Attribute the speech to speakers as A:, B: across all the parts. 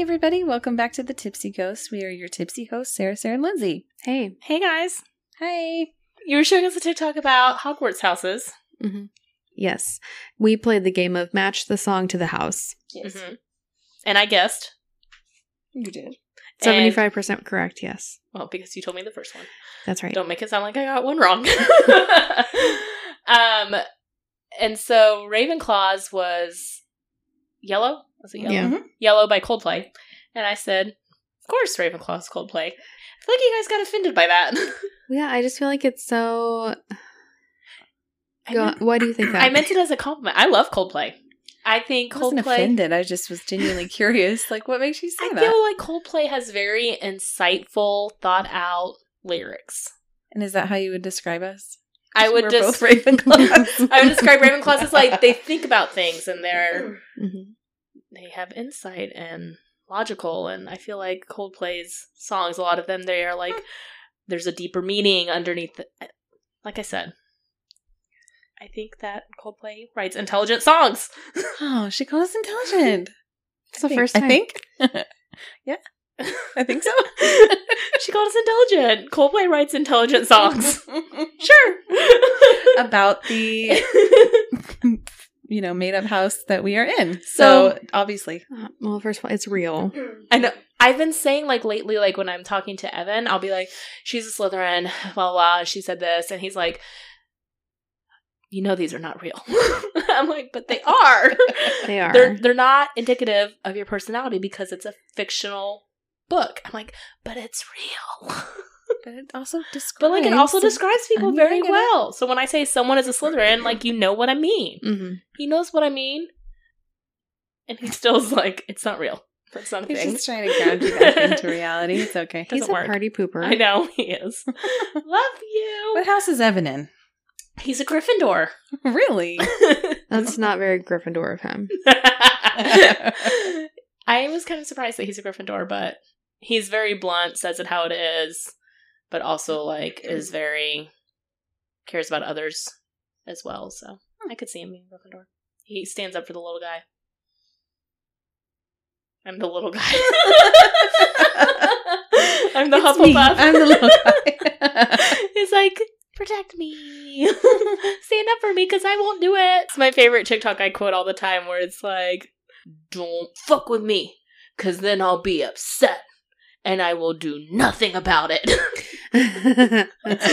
A: everybody. Welcome back to the Tipsy Ghost. We are your tipsy hosts, Sarah, Sarah, and Lindsay.
B: Hey. Hey guys.
A: Hi.
B: You were showing us a TikTok about Hogwarts houses.
C: Yes. We played the game of match the song to the house.
A: Yes,
B: Mhm. And I guessed. Mm-hmm.
A: you did.
C: 75% correct, yes.
B: And- well, because you told me the first one.
C: That's right.
B: Don't make it sound like I got one wrong. um and so Ravenclaws was yellow? Was it yellow?
C: Yeah.
B: Yellow by Coldplay. And I said, Of course Ravenclaw's Coldplay. I feel like you guys got offended by that.
C: Yeah, I just feel like it's so.
B: I
C: Go-
B: meant-
C: why do you think that?
B: I meant it as a compliment. I love Coldplay. I think
A: I wasn't
B: Coldplay
A: offended. I just was genuinely curious. Like, what makes you say
B: I
A: that?
B: feel like Coldplay has very insightful, thought out lyrics.
A: and is that how you would describe us?
B: I would
A: We're
B: just
A: both Ravenclaws.
B: I would describe Ravenclaws as like they think about things and they're
C: Mhm.
B: they have insight and logical and I feel like Coldplay's songs, a lot of them they are
A: Hmm.
B: like there's a deeper meaning underneath the, eh, like I said. I think that Coldplay writes intelligent songs.
A: Oh, she calls us intelligent.
C: It's
A: I
C: the
A: think-
C: first time.
A: I think. yeah, I think so.
B: she called us intelligent. Coldplay writes intelligent songs. sure.
A: About the you know made up house that we are in. So,
B: So-
A: obviously,
C: Uh, well, first of all, it's real.
B: I know. I've been saying like lately, like when I'm talking to Evan, I'll be like, "She's a Slytherin," blah blah. blah and she said this, and he's like, "You know, these are not real." I'm like, "But they are.
C: They are.
B: They're they're not indicative of your personality because it's a fictional book." I'm like, "But it's real."
A: but it also describes.
B: but like, it also describes people
A: I'm
B: very
A: getting it.
B: well. So when I say someone is a Slytherin, like you know what I mean.
C: Mhm.
B: He knows what I mean, and he still's like, "It's not real. That's not a
A: He's
B: thing."
A: just trying to ground you back into reality. It's okay.
B: Doesn't
C: He's a
B: work.
C: party pooper.
B: I know he is. Love
A: What
B: you.
A: house is Evan in?
B: He's a Gryffindor.
A: Really?
C: That's not very Gryffindor of him.
B: I was kind of surprised that he's a Gryffindor, but he's very blunt, says it how it is, but also like is very cares about others as well. So I could see him being a Gryffindor. He stands up for the little guy. I'm the little guy. I'm the
A: It's
B: Hufflepuff.
A: me. I'm the little guy.
B: He's like, protect me. Stand up for me because I won't do it. It's my favorite TikTok I quote all the time where it's like, don't fuck with me because then I'll be upset and I will do nothing about it.
C: That's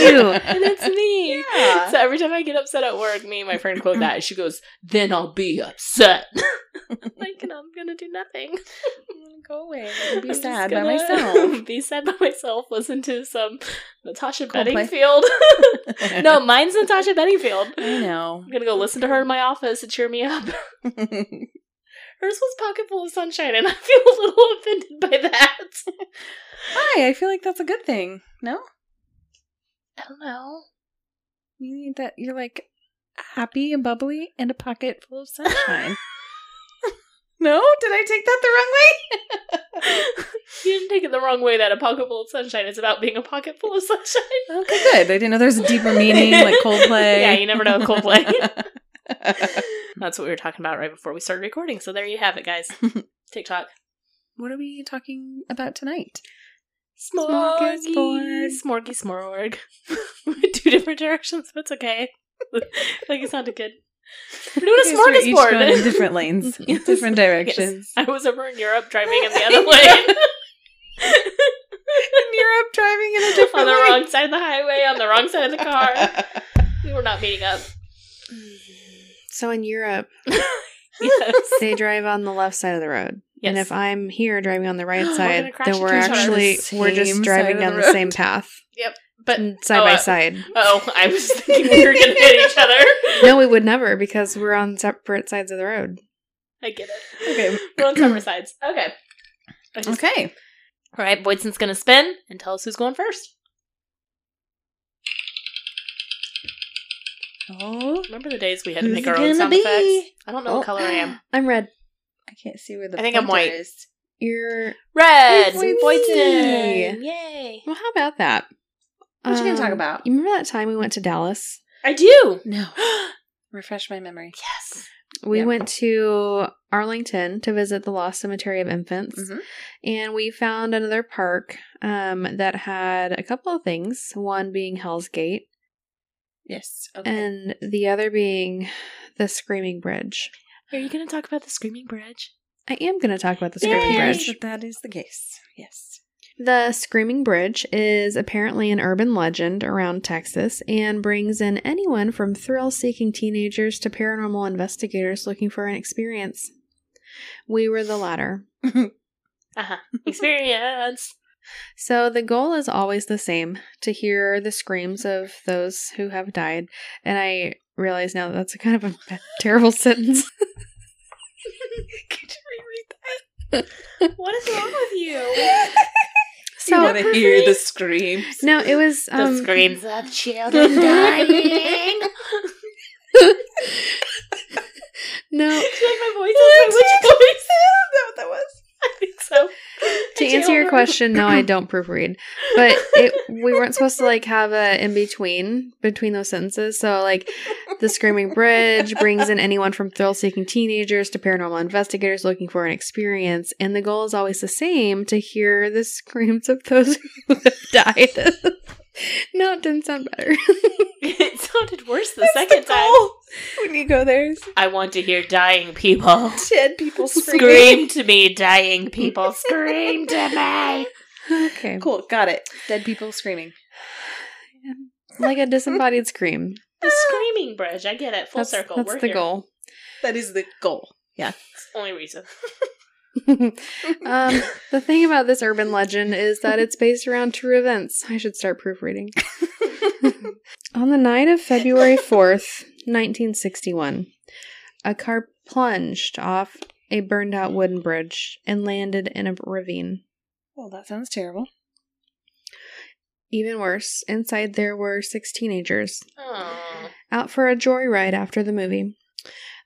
C: you.
B: and it's me.
A: Yeah.
B: So every time I get upset at work, me and my friend quote that. And she goes, then I'll be upset. like, and I'm going to do nothing.
A: I'm gonna go away. I'm gonna be
B: I'm just
A: sad by
B: gonna
A: myself.
B: Be sad by myself. Listen to some Natasha
A: Coldplay.
B: Bedingfield. no, mine's Natasha Bedingfield.
A: I know.
B: I'm gonna go listen to her in my office to cheer me up. Hers was Pocket Full of Sunshine, and I feel a little offended by that.
A: Hi, I feel like that's a good thing. No,
B: I don't know.
A: you need that. You're like happy and bubbly and a pocket full of sunshine. no, did I take that the wrong way?
B: You didn't take it the wrong way that a pocket full of sunshine is about being a pocket full of sunshine.
A: Okay, good. I didn't know there's a deeper meaning, like Coldplay.
B: Yeah, you never know with Coldplay. That's what we were talking about right before we started recording. So there you have it, guys. TikTok.
A: what are we talking about tonight?
B: Smorgasbord.
A: Smorgasbord.
B: Smorgy smorg. Two different directions, but it's okay. like it sounded good. We're doing a
A: Because we're each
B: smorgasbord.
A: going in different lanes,
B: Yes.
A: different
B: Yes.
A: directions.
B: I was over in Europe driving in the other lane.
A: In Europe, driving in a
B: on
A: different
B: the
A: lane.
B: wrong side of the highway, on the wrong side of the car. We were not meeting up.
C: So in Europe,
B: Yes.
C: they drive on the left side of the road. And if I'm here driving on the right
B: We're
C: side,
B: gonna crash
C: then we're
B: into each other.
C: actually
A: The
C: we're just
A: same
C: driving
A: side of
C: down
A: the
C: the,
A: road.
C: side path, mm,
B: But
C: side
B: oh,
C: by
B: uh,
C: side.
B: oh, I was thinking we were gonna hit each other.
C: No, we would never because we're on separate sides of the road.
B: I get it.
A: Okay.
B: We're on summer sides. Okay. I just-
A: Okay.
B: All right, Boydson's gonna spin and tell us who's going first.
A: Oh,
B: Remember the days we had to
A: Who's
B: make
A: it
B: our own
A: gonna
B: sound
A: be?
B: effects? I don't know
C: Oh.
B: what color I am.
C: I'm red.
A: I can't see where the.
B: I think I'm
A: pointer
B: white.
A: is.
C: You're
B: Red.
A: It's me.
B: Boydson. Yay.
C: well. How about that?
A: What you gonna talk
C: Um,
A: about?
C: You remember that time we went to Dallas?
B: I do.
A: No. Refresh my memory.
B: Yes.
C: We
A: Yeah.
C: went to Arlington to visit the Lost Cemetery of Infants,
A: Mhm.
C: and we found another park um, that had a couple of things. One being Hell's Gate,
A: Yes. Okay.
C: and the other being the Screaming Bridge.
B: Are you going to talk about the Screaming Bridge?
C: I am going to talk about the
B: Yay!
C: Screaming Bridge.
A: That, that is the case. Yes.
C: The Screaming Bridge is apparently an urban legend around Texas and brings in anyone from thrill seeking teenagers to paranormal investigators looking for an experience. We were the latter.
B: Uh-huh. Experience.
C: So the goal is always the same to hear the screams of those who have died. And I realize now that that's a kind of a bad- terrible sentence.
B: Could you reread that? what is wrong with you?
C: So
A: you want to hear the screams.
C: no, it was um,
B: the screams of children dying.
C: no.
B: Do you like my voice? I was like, which voice?
A: that what that was?
B: I think so.
C: to
B: I
C: answer your
B: don't
C: question, no, I don't proofread. But it, we weren't supposed to like have a in between between those sentences. So like, the screaming bridge brings in anyone from thrill-seeking teenagers to paranormal investigators looking for an experience, and the goal is always the same: to hear the screams of those who have died. no, it didn't sound better.
B: remember. it sounded worse the
A: That's
B: second
A: the
B: time.
A: goal. When you go there, it's
B: I want to hear dying people.
A: dead people screaming.
B: Scream to me, dying people. Scream to me.
C: okay,
A: Cool. Got it. Dead people screaming.
C: like a disembodied scream.
B: The screaming bridge. I get it. Full
C: Ah. that's
B: circle.
C: that's
B: We're
C: the
B: here.
C: goal.
A: That is the goal.
B: It's the only reason.
C: um, the thing about this urban legend is that it's based around true events. I should start proofreading. On the night of February 4th, 1961, a car plunged off a burned out wooden bridge and landed in a ravine.
A: Well, that sounds terrible.
C: Even worse, inside there were six teenagers
B: Oh.
C: out for a joyride after the movie.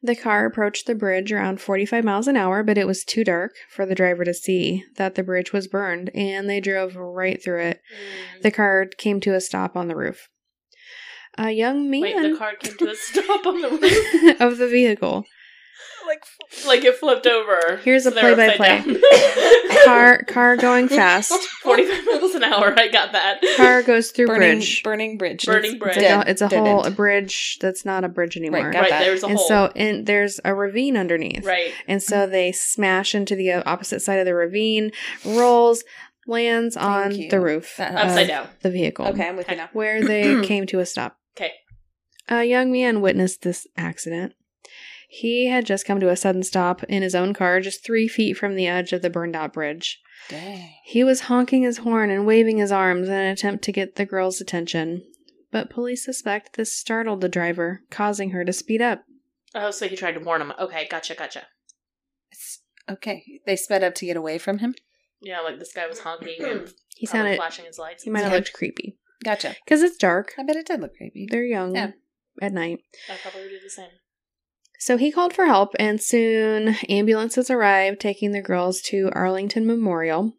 C: The car approached the bridge around 45 miles an hour, but it was too dark for the driver to see that the bridge was burned, and they drove right through it. The car came to a stop on the roof. A young man
B: Wait, the car came to a stop on the roof.
C: of the vehicle.
A: Like
B: Like it flipped over.
C: Here's a
B: they were
C: play-by-play.
B: upside down.
C: Car car going fast.
B: 45 miles an hour. I got that.
C: Car goes through
A: burning
C: bridge.
A: burning bridge.
B: Burning
A: It's
B: bridge.
C: It's
A: dead-
C: a, it's a
A: dead
C: whole a
A: end.
C: bridge that's not a bridge anymore.
A: Right, got
B: right,
A: that.
B: there's a
C: and
B: hole.
C: so and there's a ravine underneath.
B: right.
C: And so they smash into the uh, opposite side of the ravine, rolls, lands on
A: you.
C: the roof
A: That-
C: of
B: Upside down.
C: the vehicle.
A: Okay, I'm with you now.
C: Where they came to a stop.
B: Okay.
C: A young man witnessed this accident. He had just come to a sudden stop in his own car, just three feet from the edge of the burned out bridge.
A: Dang.
C: He was honking his horn and waving his arms in an attempt to get the girl's attention, but police suspect this startled the driver, causing her to speed up.
B: Oh, so he tried to warn him. Okay, gotcha, gotcha.
A: It's, okay. They sped up to get away from him.
B: Yeah, like this guy was honking and probably
C: He sounded
B: flashing his lights.
C: he might have looked creepy
A: Gotcha.
C: because it's dark.
A: I bet it did look creepy.
C: They're young
A: Yeah.
C: at night.
B: I probably would do the same.
C: So he called for help, and soon ambulances arrived, taking the girls to Arlington Memorial.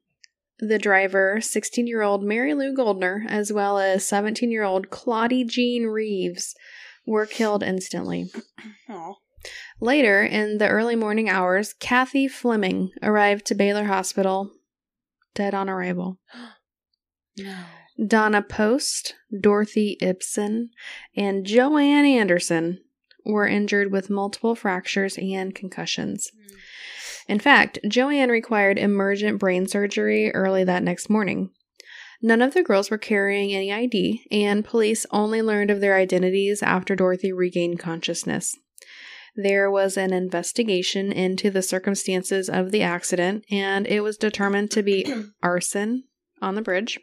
C: The driver, 16 year old Mary Lou Goldner, as well as 17 year old Claudie Jean Reeves, were killed instantly.
A: Aw.
C: Later, in the early morning hours, Kathy Fleming arrived to Baylor Hospital, dead on arrival.
A: No.
C: Donna Post, Dorothy Ibsen, and Joanne Anderson were injured with multiple fractures and concussions. In fact, Joanne required emergent brain surgery early that next morning. None of the girls were carrying any ID, and police only learned of their identities after Dorothy regained consciousness. There was an investigation into the circumstances of the accident, and it was determined to be arson on the bridge.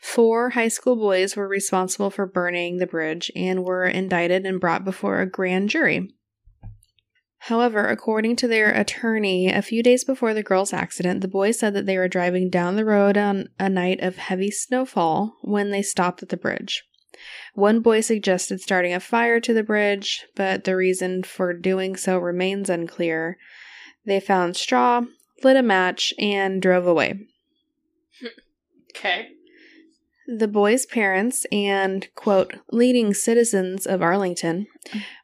C: Four high school boys were responsible for burning the bridge and were indicted and brought before a grand jury. However, according to their attorney, a few days before the girls' accident, the boys said that they were driving down the road on a night of heavy snowfall when they stopped at the bridge. One boy suggested starting a fire to the bridge, but the reason for doing so remains unclear. They found straw, lit a match, and drove away.
B: Okay.
C: The boys' parents and, quote, leading citizens of Arlington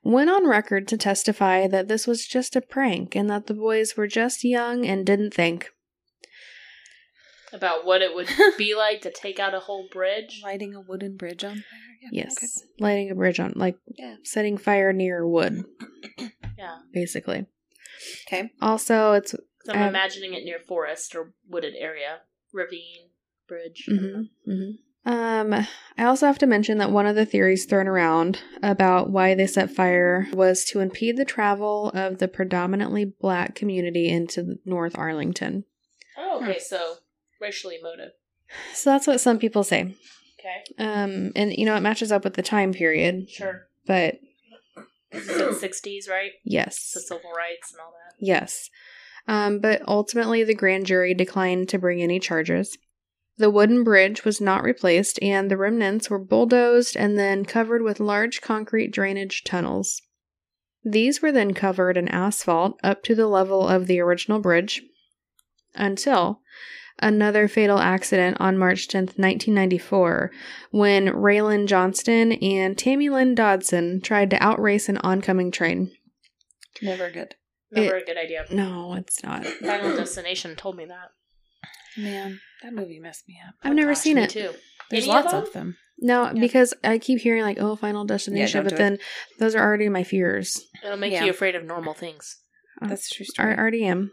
C: went on record to testify that this was just a prank and that the boys were just young and didn't think.
B: About what it would be like to take out a whole bridge.
A: Lighting a wooden bridge on fire. Yeah, okay.
C: Yes, lighting a bridge on, like
A: Yeah.
C: setting fire near wood,
B: Yeah.
C: basically.
A: Okay.
C: Also, it's
B: 'Cause I'm
C: Um,
B: imagining it near forest or wooded area, ravine, bridge. I don't know.
C: Mm-hmm. Um, I also have to mention that one of the theories thrown around about why they set fire was to impede the travel of the predominantly black community into North Arlington.
B: Oh,
C: Hmm.
B: okay. So racially motive.
C: So that's what some people say.
B: Okay.
C: Um, and you know, it matches up with the time period,
B: Sure.
C: but
B: This is in the 60s, right? The
C: yes,
B: civil rights and all that.
C: yes. Um, but ultimately, the grand jury declined to bring any charges. The wooden bridge was not replaced, and the remnants were bulldozed and then covered with large concrete drainage tunnels. These were then covered in asphalt up to the level of the original bridge until another fatal accident on March 10th, 1994, when Raylan Johnston and Tammy Lynn Dodson tried to outrace an oncoming train.
A: Never good.
B: Never a good idea.
C: No, it's not.
B: Final Destination told me that.
A: Man, that movie messed me up.
C: I've
B: Oh,
C: never
B: gosh,
C: seen
B: me
C: it.
B: Too.
A: There's
B: Any of
A: lots
B: them?
A: of them.
C: No,
A: Yeah.
C: because I keep hearing like, oh, Final Destination,
A: don't do
C: but
A: it.
C: then those are already my fears.
B: It'll make
A: Yeah.
B: you afraid of normal things.
A: That's a true
C: I
A: story.
C: already am.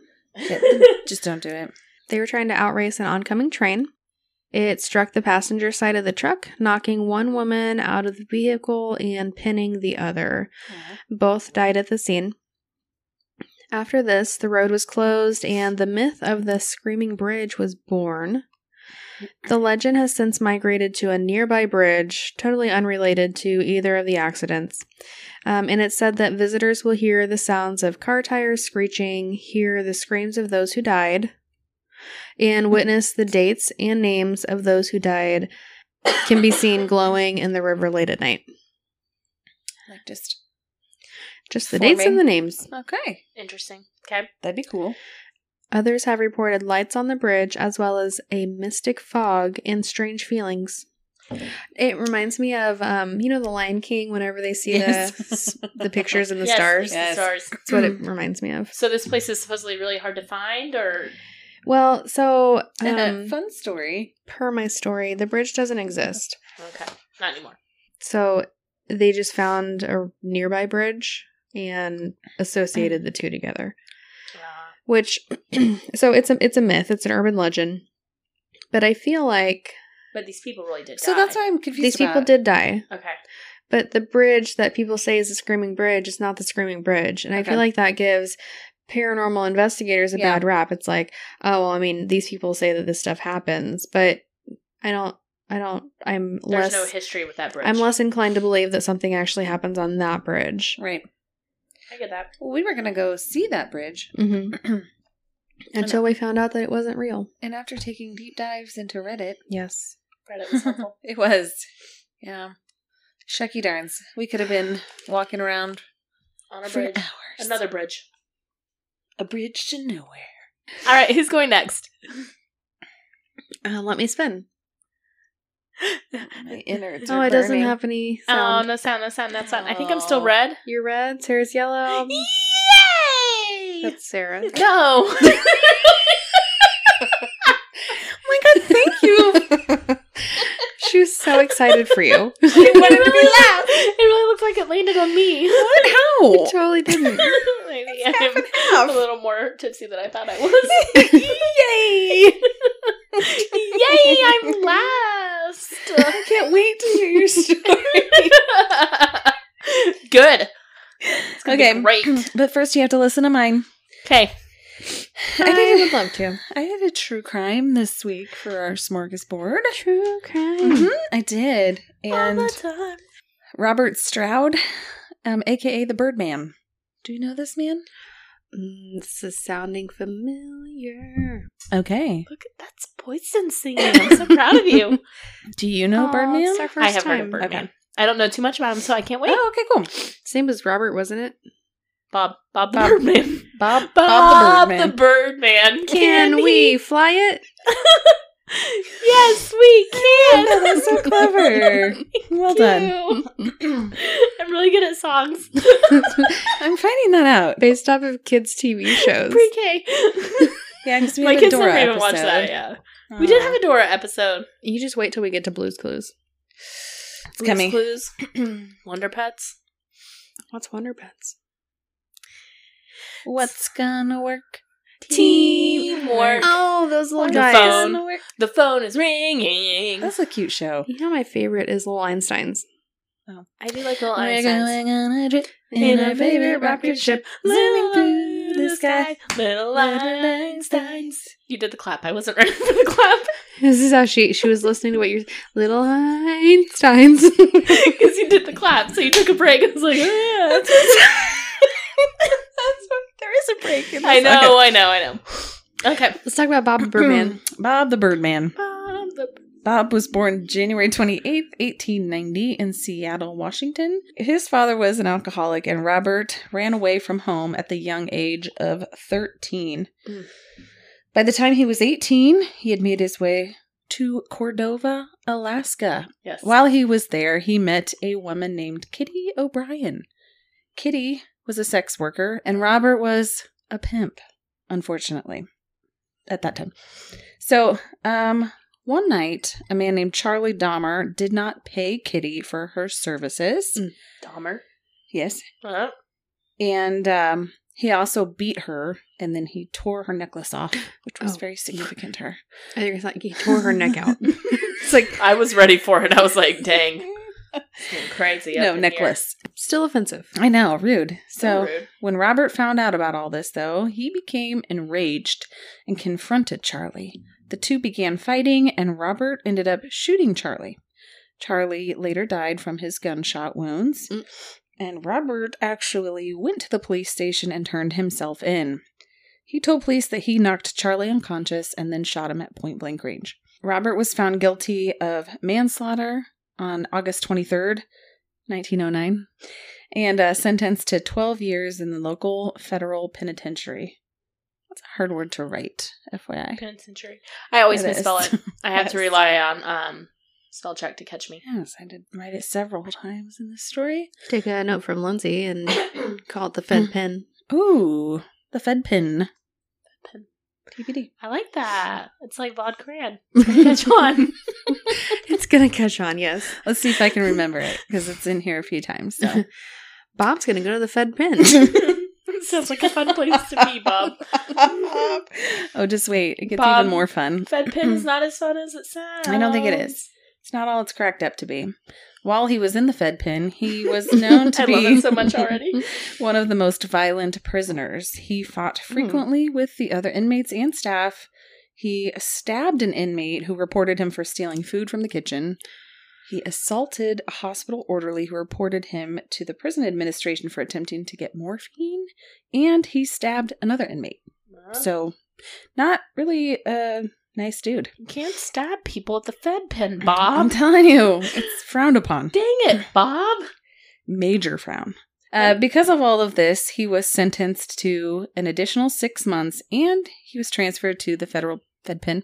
A: Just don't do it.
C: They were trying to outrace an oncoming train. It struck the passenger side of the truck, knocking one woman out of the vehicle and pinning the other. Both died at the scene. After this, the road was closed and the myth of the Screaming Bridge was born. The legend has since migrated to a nearby bridge, totally unrelated to either of the accidents. Um, and it's said that visitors will hear the sounds of car tires screeching, hear the screams of those who died, and witness the dates and names of those who died can be seen glowing in the river late at night.
A: Like just
C: Just the dates
A: Forming.
C: and the names.
A: okay.
B: Interesting. Okay.
A: That'd be cool.
C: Others have reported lights on the bridge as well as a mystic fog and strange feelings. It reminds me of um, you know the Lion King whenever they see
A: Yes.
C: the the pictures and the
B: Yes,
C: stars.
B: it's
A: Yes.
B: The stars.
C: That's what it reminds me of.
B: So this place is supposedly really hard to find, or
C: Well, so um,
A: Fun story.
C: per my story, the bridge doesn't exist.
B: okay, not anymore.
C: So they just found a nearby bridge and associated the two together.
B: Uh,
C: which so it's a it's a myth it's an urban legend but i feel like
B: but these people really did.
A: So that's
B: die.
A: why I'm confused.
C: these people
A: about.
C: did die
B: Okay.
C: but the bridge that people say is the screaming bridge is not the screaming bridge and i
A: Okay.
C: feel like that gives paranormal investigators a
A: Yeah.
C: bad rap it's like oh well i mean these people say that this stuff happens but i don't i don't i'm
B: There's no
C: less
B: history with that bridge.
C: i'm less inclined to believe that something actually happens on that bridge
A: Right.
B: I get that.
A: Well, we were gonna go see that bridge,
C: hmm until we found out that it wasn't real
A: and after taking deep dives into Reddit,
C: yes
B: Reddit was helpful.
A: it was, yeah, shucky darns. We could have been walking around
B: On a
A: for
B: bridge.
A: hours.
B: Another bridge.
A: a bridge to nowhere.
B: All right, who's going next?
C: uh, let me spin
A: My innards.
C: oh
A: are
C: it doesn't
A: burning.
C: have any
B: Oh,
C: sound
B: no sound, no sound, no sound. I think I'm still red.
C: You're red, Sarah's yellow.
B: Yay!
C: That's Sarah.
B: No. oh my god, thank
C: she was so excited for you.
B: I wanted to be loud. It really looked like it landed on me.
A: What?
C: It
A: How?
C: totally didn't.
B: Maybe
A: It's half and
B: I'm
A: half.
B: a little more tipsy than I thought I was.
A: Yay!
B: Yay, I'm last.
A: I can't wait to hear your story.
B: Good. It's gonna
A: Okay.
B: Be great.
A: but first, you have to listen to mine.
B: Okay.
C: I think you would love to.
A: I did a true crime this week for our
B: Mm.
A: smorgasbord.
C: True crime.
A: hmm I did.
B: Oh,
A: And
B: time.
A: Robert Stroud, um, aka the Birdman. Do you know this man?
C: Mm, this is sounding familiar.
A: Okay.
B: Look, at that's poison singing. I'm so proud of you.
A: Do you know
C: Aw,
A: Birdman?
C: it's our first
B: I have
C: time.
B: heard of Birdman.
A: Okay.
B: I don't know too much about him, so I can't wait.
A: Oh, okay, cool.
C: His name was Robert, wasn't it?
B: Bob, Bob the
A: Bob-
B: Birdman.
A: Bob, Bob,
B: Bob
A: the
B: the
A: Birdman.
B: Birdman.
C: Can we fly it?
B: yes, we can.
A: Oh, that's so clever. Well done.
B: done. I'm really good at songs.
A: I'm finding that out.
C: Based off of kids' TV shows.
B: Pre-K.
A: Yeah, because we
B: My
A: have a
B: kids
A: Dora
B: never even
A: episode.
B: watched that. Yeah, we did have a Dora episode.
C: you just wait till we get to Blue's Clues.
A: It's coming.
B: Blue's Clues, Wonder Pets.
C: What's Wonder Pets?
A: What's gonna work?
B: Teamwork.
C: Oh, those little
B: Wonder
C: guys.
B: Phone.
A: gonna work?
B: The phone is ringing.
A: That's a cute show.
C: You know, my favorite is Little Einsteins.
B: I do like little
A: We're
B: Einsteins.
A: going on a trip
C: In
A: in our
C: our
A: favorite
C: favorite
A: rocket ship,
B: Little
A: zooming through the sky.
B: little
A: Little
B: Einsteins. You did the clap. I wasn't ready for the clap
C: This is how she she was listening to what you're Little Einsteins.
B: because you did the clap. So you took a break. I was like, "Ah."
A: That's what, there is a break. In
B: I
A: this.
B: know, I know, I know. Okay.
C: Let's talk about Bob Berman.
A: Hmm. Bob the Birdman.
B: Um, the-
A: Bob was born January 28, 1890, in Seattle, Washington. His father was an alcoholic, and Robert ran away from home at the young age of 13.
C: Mm.
A: By the time he was 18, he had made his way to Cordova, Alaska.
B: Yes.
A: While he was there, he met a woman named Kitty O'Brien. Kitty was a sex worker, and Robert was a pimp, unfortunately, at that time. So, um, one night, a man named Charlie Dahmer did not pay Kitty for her services.
C: Mm.
B: Dahmer.
A: Yes.
B: Uh,
A: And um, he also beat her, and then he tore her necklace off, which was
C: Oh.
A: very significant to her.
C: I think it's like he tore her neck out.
A: it's like,
B: I was ready for it. I was like, dang. it's getting Crazy. up
A: no,
B: in
A: necklace.
C: Still offensive.
A: I know, rude.
B: here.
A: So,
B: rude.
A: When Robert found out about all this, though, he became enraged and confronted Charlie. The two began fighting, and Robert ended up shooting Charlie. Charlie later died from his gunshot wounds,
C: Mm.
A: and Robert actually went to the police station and turned himself in. He told police that he knocked Charlie unconscious and then shot him at point blank range. Robert was found guilty of manslaughter on August 23rd, 1909 and uh, sentenced to 12 years in the local federal penitentiary. That's a hard word to write, FYI.
B: Penitentiary. I always
A: It is.
B: misspell it. I have to
A: Yes.
B: rely on um spell check to catch me.
A: Yes, I did write it several times in this story.
C: Take a note from Lindsay and call it the Fed Pen.
A: Ooh, the Fed pin.
B: Pin.
A: TBD.
B: I like that. It's like vodka. It's gonna catch on.
C: It's gonna catch on, yes.
A: Let's see if I can remember it because it's in here a few times. So.
C: Bob's gonna go to the Fed Pen.
B: Sounds like a fun place to be, Bob.
A: oh, just wait. It gets
B: Bob.
A: even more fun.
B: Fed pin is not as fun as it sounds.
A: Hmm. I don't think it is. It's not all it's cracked up to be. While he was in the Fed pin, he was known to
B: I
A: be
B: love it so much already.
A: one of the most violent prisoners. He fought frequently with the other inmates and staff. He stabbed an inmate who reported him for stealing food from the kitchen. He assaulted a hospital orderly who reported him to the prison administration for attempting to get morphine. And he stabbed another inmate. So, not really a nice dude.
B: You can't stab people at the Fed pen,
A: I'm
B: Bob.
A: telling you, it's frowned upon.
B: Dang it, Bob.
A: major frown. Uh, because of all of this, he was sentenced to an additional six months and he was transferred to the federal Fed Pen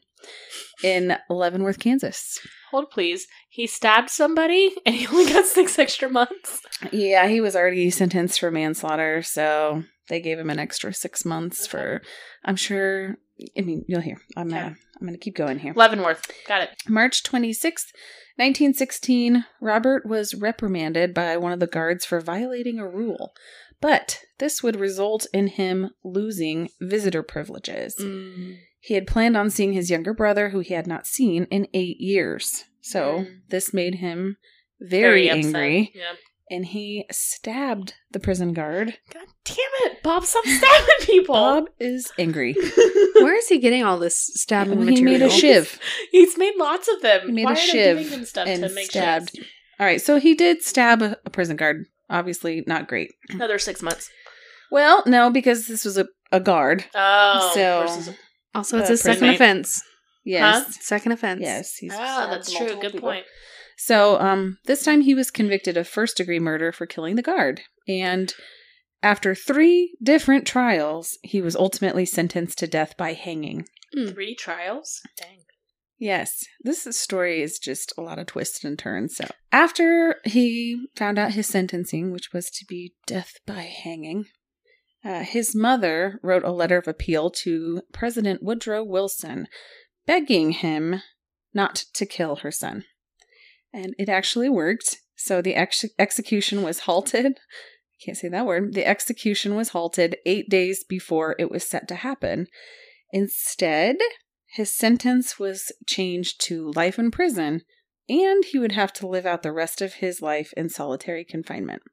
A: in Leavenworth, Kansas.
B: Hold please. He stabbed somebody and he only got six extra months.
A: Yeah, he was already sentenced for manslaughter, so they gave him an extra six months for, I'm sure, I mean, you'll hear. I'm, uh,
B: Okay.
A: I'm going to keep going here.
B: Leavenworth. Got it.
A: March 26th, 1916, Robert was reprimanded by one of the guards for violating a rule, but this would result in him losing visitor privileges.
B: Mm.
A: He had planned on seeing his younger brother, who he had not seen in eight years. So
B: Mm.
A: this made him very,
B: upset.
A: angry,
B: Yeah.
A: and he stabbed the prison guard.
B: God damn it, Bob, stop stabbing people.
A: Bob is angry.
C: Where is he getting all this stabbing
A: he
C: material?
A: made a shiv.
B: He's made lots of them.
A: He made
B: Why
A: a
B: are
A: shiv
B: they giving him stuff
A: and
B: to make
A: stabbed.
B: shivs?
A: All right, so he did stab a a prison guard. Obviously, not great.
B: Another six months.
A: Well, no, because this was a, a guard.
B: Oh,
A: So-
B: versus-
C: Also, it's
A: Uh,
C: a second
B: prison.
C: offense.
A: Yes.
C: Second offense.
A: Yes. He's
B: Ah,
A: stabbed
B: that's true.
A: multiple
B: Good
A: people.
B: point.
A: So um, this time he was convicted of first degree murder for killing the guard. And after three different trials, he was ultimately sentenced to death by hanging.
B: Three trials. Dang.
A: Yes, this story is just a lot of twists and turns. So, after he found out his sentencing, which was to be death by hanging, uh, his mother wrote a letter of appeal to President Woodrow Wilson, begging him not to kill her son. And it actually worked. So, the ex- execution was halted. I can't say that word. The execution was halted eight days before it was set to happen. Instead, his sentence was changed to life in prison, and he would have to live out the rest of his life in solitary confinement.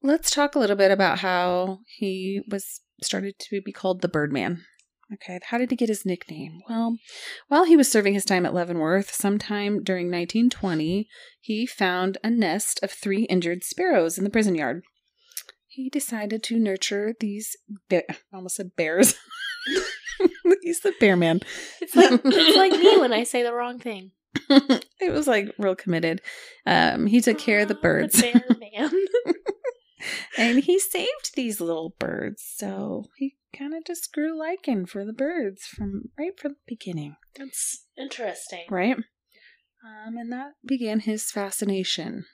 A: Let's talk a little bit about how he was started to be called the Birdman. Okay, how did he get his nickname? Well, while he was serving his time at Leavenworth, sometime during 1920, he found a nest of three injured sparrows in the prison yard. He decided to nurture these bear, almost said bears. He's the bear man.
B: It's like, it's like me when I say the wrong thing.
A: it was like real committed. Um, he took care of the
B: Ah,
A: birds
B: bear man.
A: and he saved these little birds. So he kind of just grew liking for the birds from right from the beginning,
B: That's interesting.
A: right? Um, and that began his fascination.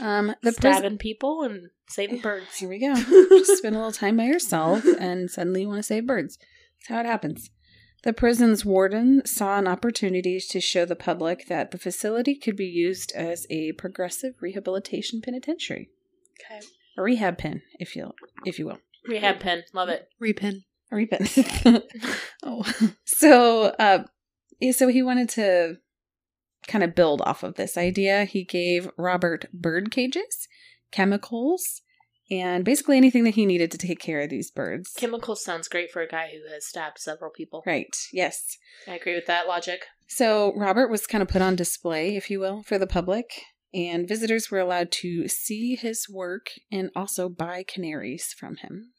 A: Um, the pres-
B: Stabbing people and saving birds.
A: Here we go. Just spend a little time by yourself and suddenly you want to save birds. That's how it happens. The prison's warden saw an opportunity to show the public that the facility could be used as a progressive rehabilitation penitentiary.
B: okay.
A: A rehab pen, if you if you will.
B: Rehab pen. Love it.
C: Repin.
A: A rehab pen. oh. So uh yeah, so he wanted to kind of build off of this idea. He gave Robert bird cages, chemicals, and basically anything that he needed to take care of these birds.
B: Chemicals sounds great for a guy who has stabbed several people.
A: Right. Yes.
B: I agree with that logic.
A: So Robert was kind of put on display, if you will, for the public, and visitors were allowed to see his work and also buy canaries from him.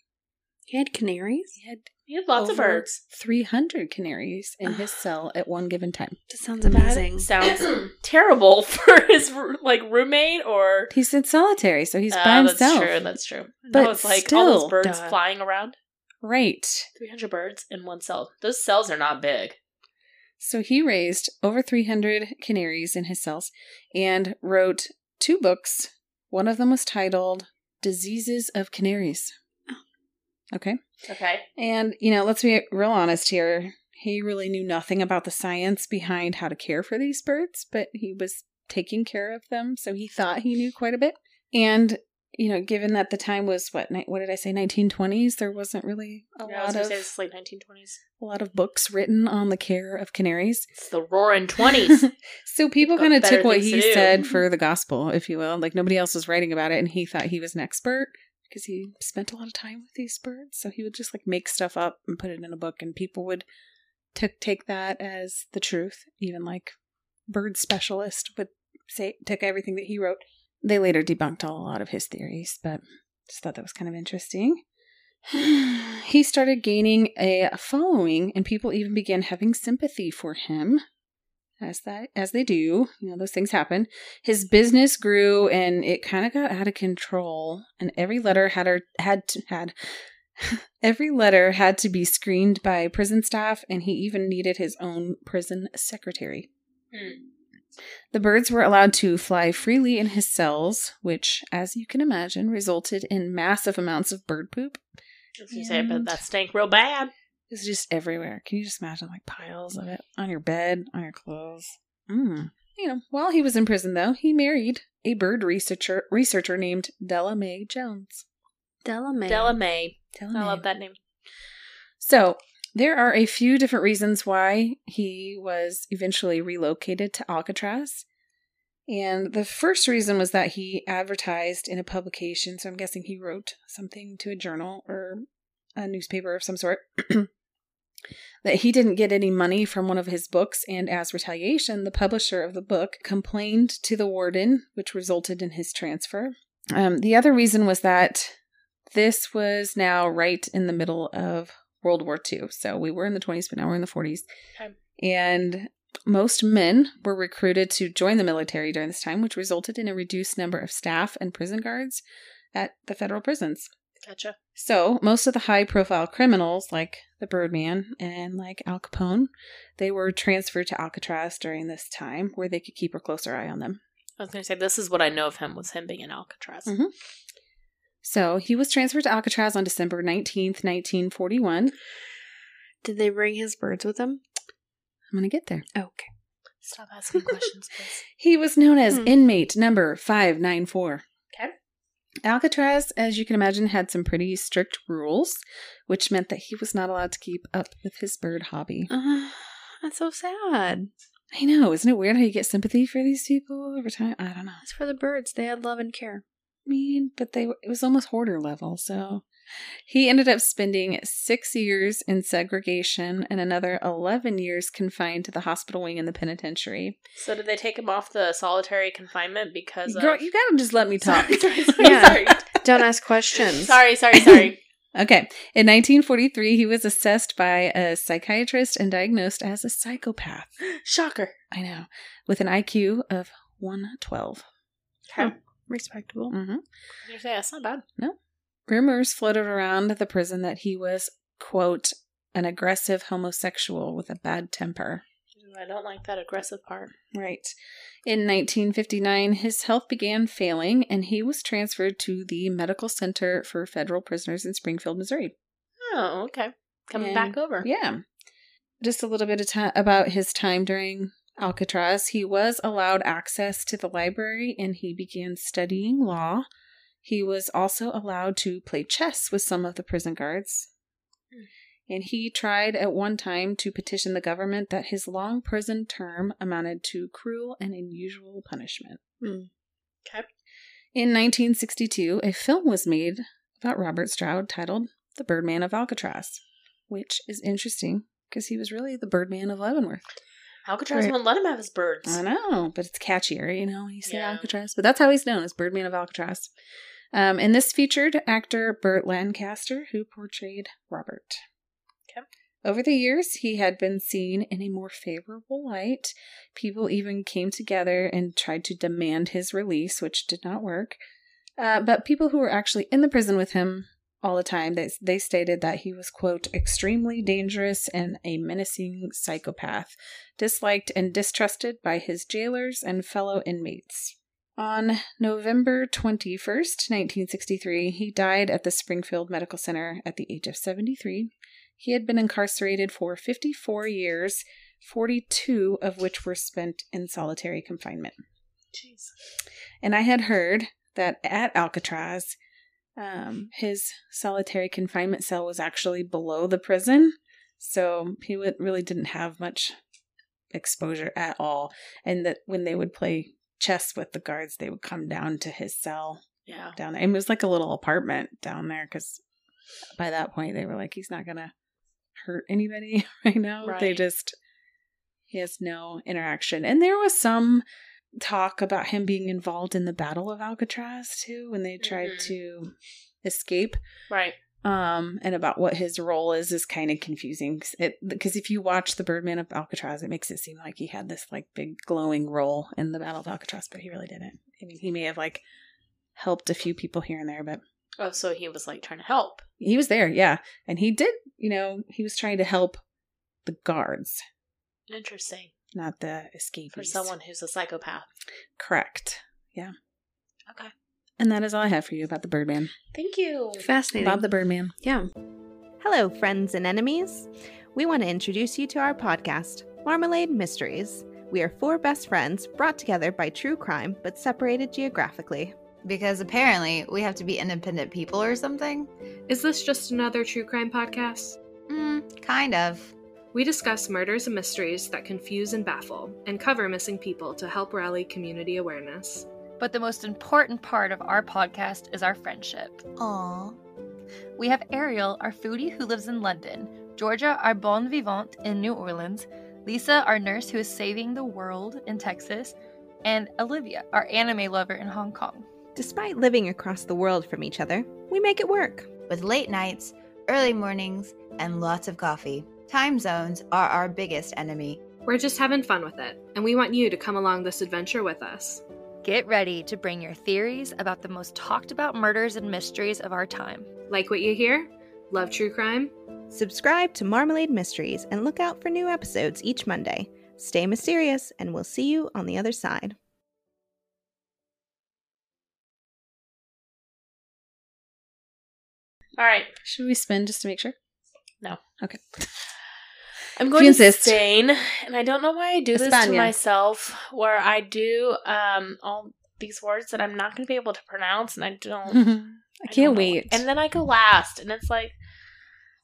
C: He had canaries?
A: He had
B: You have lots of
A: over
B: birds.
A: 300 canaries in
B: Ah.
A: his cell at one given time.
C: That sounds amazing.
B: That sounds terrible for his like roommate or
A: He's in solitary, so he's
B: Ah,
A: by
B: that's
A: himself.
B: true. That's true.
A: But
B: no, it's like all
A: still,
B: those birds
C: duh.
B: flying around.
A: Right.
B: Three hundred birds in one cell. Those cells are not big.
A: So he raised over 300 canaries in his cells and wrote two books. One of them was titled Diseases of Canaries.
B: Oh.
A: Okay.
B: Okay.
A: And, you know, let's be real honest here. He really knew nothing about the science behind how to care for these birds, but he was taking care of them, so he thought he knew quite a bit. And, you know, given that the time was what ni- what did I say 1920s, there wasn't really a
B: Yeah, I was
A: lot
B: gonna
A: of
B: say it's late nineteen twenties.
A: a lot of books written on the care of canaries.
B: It's the roaring twenties.
A: So people
B: Got
A: kind of
B: better
A: took what
B: things to
A: he
B: do. Mm-hmm.
A: said for the gospel, if you will. Like nobody else was writing about it and he thought he was an expert because he spent a lot of time with these birds. So he would just like make stuff up and put it in a book and people would t- take that as the truth. Even like bird specialist would say took everything that he wrote. They later debunked all, a lot of his theories, but just thought that was kind of interesting. he started gaining a following and people even began having sympathy for him as that as they do you know those things happen his business grew and it kind of got out of control and every letter had her had to, had every letter had to be screened by prison staff and he even needed his own prison secretary
B: Hmm.
A: the birds were allowed to fly freely in his cells which as you can imagine resulted in massive amounts of bird poop
B: As you say, but
A: And-
B: that stank real bad.
A: it's just everywhere. Can you just imagine like piles of it on your bed, on your clothes? Mm. You know, while he was in prison, though, he married a bird researcher researcher named Della Mae Jones.
C: Delamay.
B: Della May. Oh,
A: Della
B: I
A: Mae.
B: love that name.
A: So there are a few different reasons why he was eventually relocated to Alcatraz. And the first reason was that he advertised in a publication. So I'm guessing he wrote something to a journal or a newspaper of some sort. that he didn't get any money from one of his books. And as retaliation, the publisher of the book complained to the warden, which resulted in his transfer. Um, the other reason was that this was now right in the middle of World War II. So we were in the 20s, but now we're in the 40s.
B: Okay.
A: And most men were recruited to join the military during this time, which resulted in a reduced number of staff and prison guards at the federal prisons.
B: Gotcha.
A: So, most of the high profile criminals, like the Birdman and like Al Capone, they were transferred to Alcatraz during this time where they could keep a closer eye on them.
B: I was going to say this is what I know of him was him being in Alcatraz.
A: Mhm. So, he was transferred to Alcatraz on December 19th, 1941. I'm
C: Did they bring his birds with them?
A: going to get there.
C: Okay.
B: Stop asking questions, please.
A: He was known as
C: Hmm.
A: inmate number 594.
B: Okay.
A: Alcatraz, as you can imagine, had some pretty strict rules, which meant that he was not allowed to keep up with his bird hobby.
C: Uh, that's so sad.
A: I know, isn't it weird how you get sympathy for these people over time? I don't know.
C: That's for the birds. They had love and care.
A: I mean, but they it was almost hoarder level, so he ended up spending 6 years in segregation and another 11 years confined to the hospital wing in the penitentiary.
B: So did they take him off the solitary confinement because of...
A: Girl, you got to just let me talk.
B: Sorry, sorry, sorry,
C: Yeah.
B: sorry.
C: Don't ask questions.
B: Sorry, sorry, sorry.
A: Okay. In 1943, he was assessed by a psychiatrist and diagnosed as a psychopath.
B: Shocker.
A: I know. With an IQ of 112.
C: Respectable.
B: Mm.
A: hmm
B: You're saying that's not bad.
A: Rumors floated around the prison that he was, quote, an aggressive homosexual with a bad temper.
B: Ooh, I don't like that aggressive part.
A: Right. In 1959, his health began failing and he was transferred to the Medical Center for Federal Prisoners in Springfield, Missouri.
B: Oh, okay. Coming
A: And-
B: back over.
A: Yeah. Just a little bit of time about his time during Alcatraz. He was allowed access to the library and he began studying law. He was also allowed to play chess with some of the prison guards. And he tried at one time to petition the government that his long prison term amounted to cruel and unusual punishment.
C: Hmm.
B: Okay.
A: In 1962, a film was made about Robert Stroud titled The Birdman of Alcatraz, which is interesting because he was really the Birdman of Leavenworth.
B: Alcatraz
C: Right.
B: won't let him have his birds.
A: I know, but it's catchier, you know, when you say
B: Yeah.
A: Alcatraz. But that's how he's known as Birdman of Alcatraz. Um, and this featured actor Burt Lancaster, who portrayed Robert.
B: Okay.
A: Over the years, he had been seen in a more favorable light. People even came together and tried to demand his release, which did not work. Uh, but people who were actually in the prison with him all the time, they, they stated that he was, quote, extremely dangerous and a menacing psychopath disliked and distrusted by his jailers and fellow inmates. On November 21st, 1963, he died at the Springfield Medical Center at the age of 73. He had been incarcerated for 54 years, 42 of which were spent in solitary confinement.
B: Jeez.
A: And I had heard that at Alcatraz, um, his solitary confinement cell was actually below the prison. So he w- really didn't have much exposure at all. And that when they would play chess with the guards, they would come down to his cell
B: Yeah.
A: down there. And it was like a little apartment down there because by that point they were like, he's not going to hurt anybody right now. They
B: Right.
A: just, he has no interaction. And there was some talk about him being involved in the Battle of Alcatraz too when they tried
B: Mhm.
A: to escape.
B: Right.
A: Um, and about what his role is is kind of confusing because if you watch the Birdman of Alcatraz, it makes it seem like he had this like big glowing role in the Battle of Alcatraz, but he really didn't. I mean, he may have like helped a few people here and there, but
B: Oh, so he was like trying to help.
A: he was there, yeah, and he did. You know, he was trying to help the guards,
B: Interesting.
A: not the escapees.
B: For someone who's a psychopath.
A: correct, yeah,
B: Okay.
A: And that is all I have for you about the Birdman,
B: Thank you.
C: Fascinating.
A: Bob the Birdman.
C: yeah.
D: Hello, friends and enemies. We want to introduce you to our podcast, Marmalade Mysteries. We are four best friends brought together by true crime but separated geographically.
E: Because apparently we have to be independent people or something?
F: Is this just another true crime podcast?
E: Mm, kind of.
F: We discuss murders and mysteries that confuse and baffle, and cover missing people to help rally community awareness.
G: But the most important part of our podcast is our friendship.
E: Aw.
G: We have Ariel, our foodie who lives in London, Georgia, our bon vivant in New Orleans, Lisa, our nurse who is saving the world in Texas, and Olivia, our anime lover in Hong Kong.
D: Despite living across the world from each other, we make it work.
E: With late nights, early mornings, and lots of coffee. Time zones are our biggest enemy.
F: We're just having fun with it, and we want you to come along this adventure with us.
G: Get ready to bring your theories about the most talked about murders and mysteries of our time.
F: Like what you hear? Love true crime?
D: Subscribe to Marmalade Mysteries and look out for new episodes each Monday. Stay mysterious, and we'll see you on the other side.
B: All right.
A: Should we spin just to make sure?
B: No.
A: Okay.
B: I'm
A: If
B: going
A: you
B: to
A: insist.
B: Spain, and I don't know why I do this to
A: España.
B: myself, where I do um all these words that I'm not going to be able to pronounce, and I don't.
A: I
B: don't
A: can't
B: know.
A: wait.
B: And then I go last, and it's like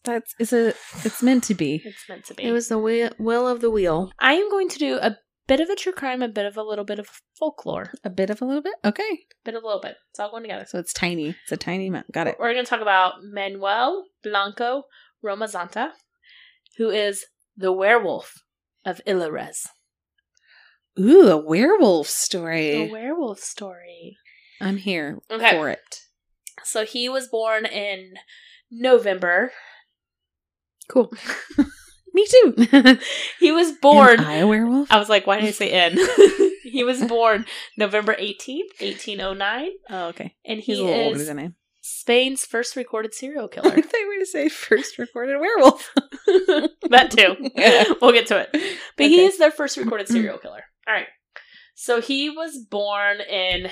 A: that's it's a it's meant to be.
B: it's meant to be.
C: It was the wheel, will of the wheel.
B: I am going to do a bit of a true crime, a bit of a little bit of folklore,
A: A bit of a little bit. Okay.
B: bit of a little bit. It's all going together.
A: So it's tiny. It's a tiny amount. Got it.
B: We're going to talk about Manuel Blanco Romazanta, who is the werewolf of Ilarez. Oh.
A: Ooh, a werewolf
B: The
A: story.
B: werewolf story.
A: I'm here
B: Okay.
A: for it.
B: So he was born in November.
C: Cool.
A: Me too.
B: He was born. Uh,
A: Am I a werewolf?
B: I was like, why did I say in? he was born November 18th, 1809,
A: Oh, okay.
B: and he
A: He's a little older
B: is
A: than I am.
B: Spain's first recorded serial
A: I
B: killer.
A: thought you were going to say first recorded werewolf.
B: that too. We'll get to it. But he
A: Okay.
B: is their first recorded serial killer. All right. So he was born in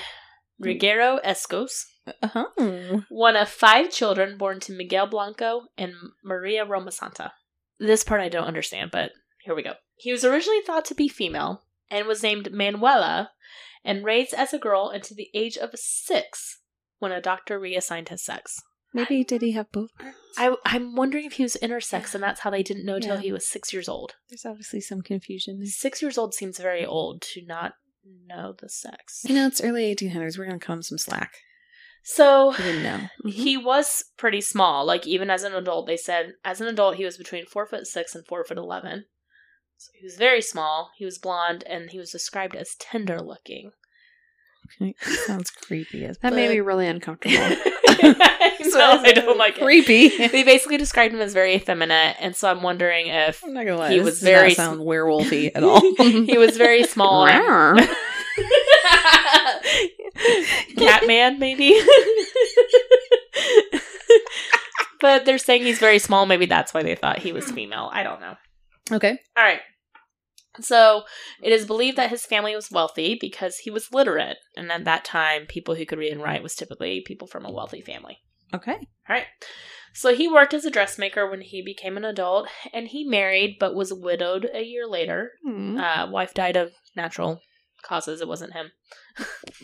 B: Riguero Escos,
A: Oh.
B: one of five children born to Miguel Blanco and Maria Romasanta. This part I don't understand, but here we go. He was originally thought to be female and was named Manuela and raised as a girl until the age of six when a doctor reassigned his sex.
A: Maybe did he have both?
B: I, I'm wondering if he was intersex and that's how they didn't know till
A: Yeah.
B: he was six years old.
A: There's obviously some confusion there.
B: Six years old seems very old to not know the sex.
A: You know, it's early 1800s. We're going to cut him some slack.
B: So
A: We didn't know.
B: he was pretty small. Like even as an adult, they said as an adult he was between four foot six and four foot eleven. So he was very small. He was blonde, and he was described as tender looking.
A: Okay. Sounds creepy as
C: That made me really uncomfortable.
B: I know, I don't like it.
A: creepy.
B: They basically described him as very effeminate, and so I'm wondering if
A: I'm not gonna lie.
B: He
A: He this
B: was
A: was does very
B: very
A: not sound werewolfy at all.
B: he was very small. and-
C: Rawr.
B: Catman, maybe. but they're saying he's very small. Maybe that's why they thought he was female. I don't know.
A: okay.
B: All right. So it is believed that his family was wealthy because he was literate, and at that time, people who could read and write was typically people from a wealthy family.
A: Okay.
B: All right. So he worked as a dressmaker when he became an adult, and he married but was widowed a year later.
C: Hmm.
B: Uh, wife died of natural causes. It wasn't him.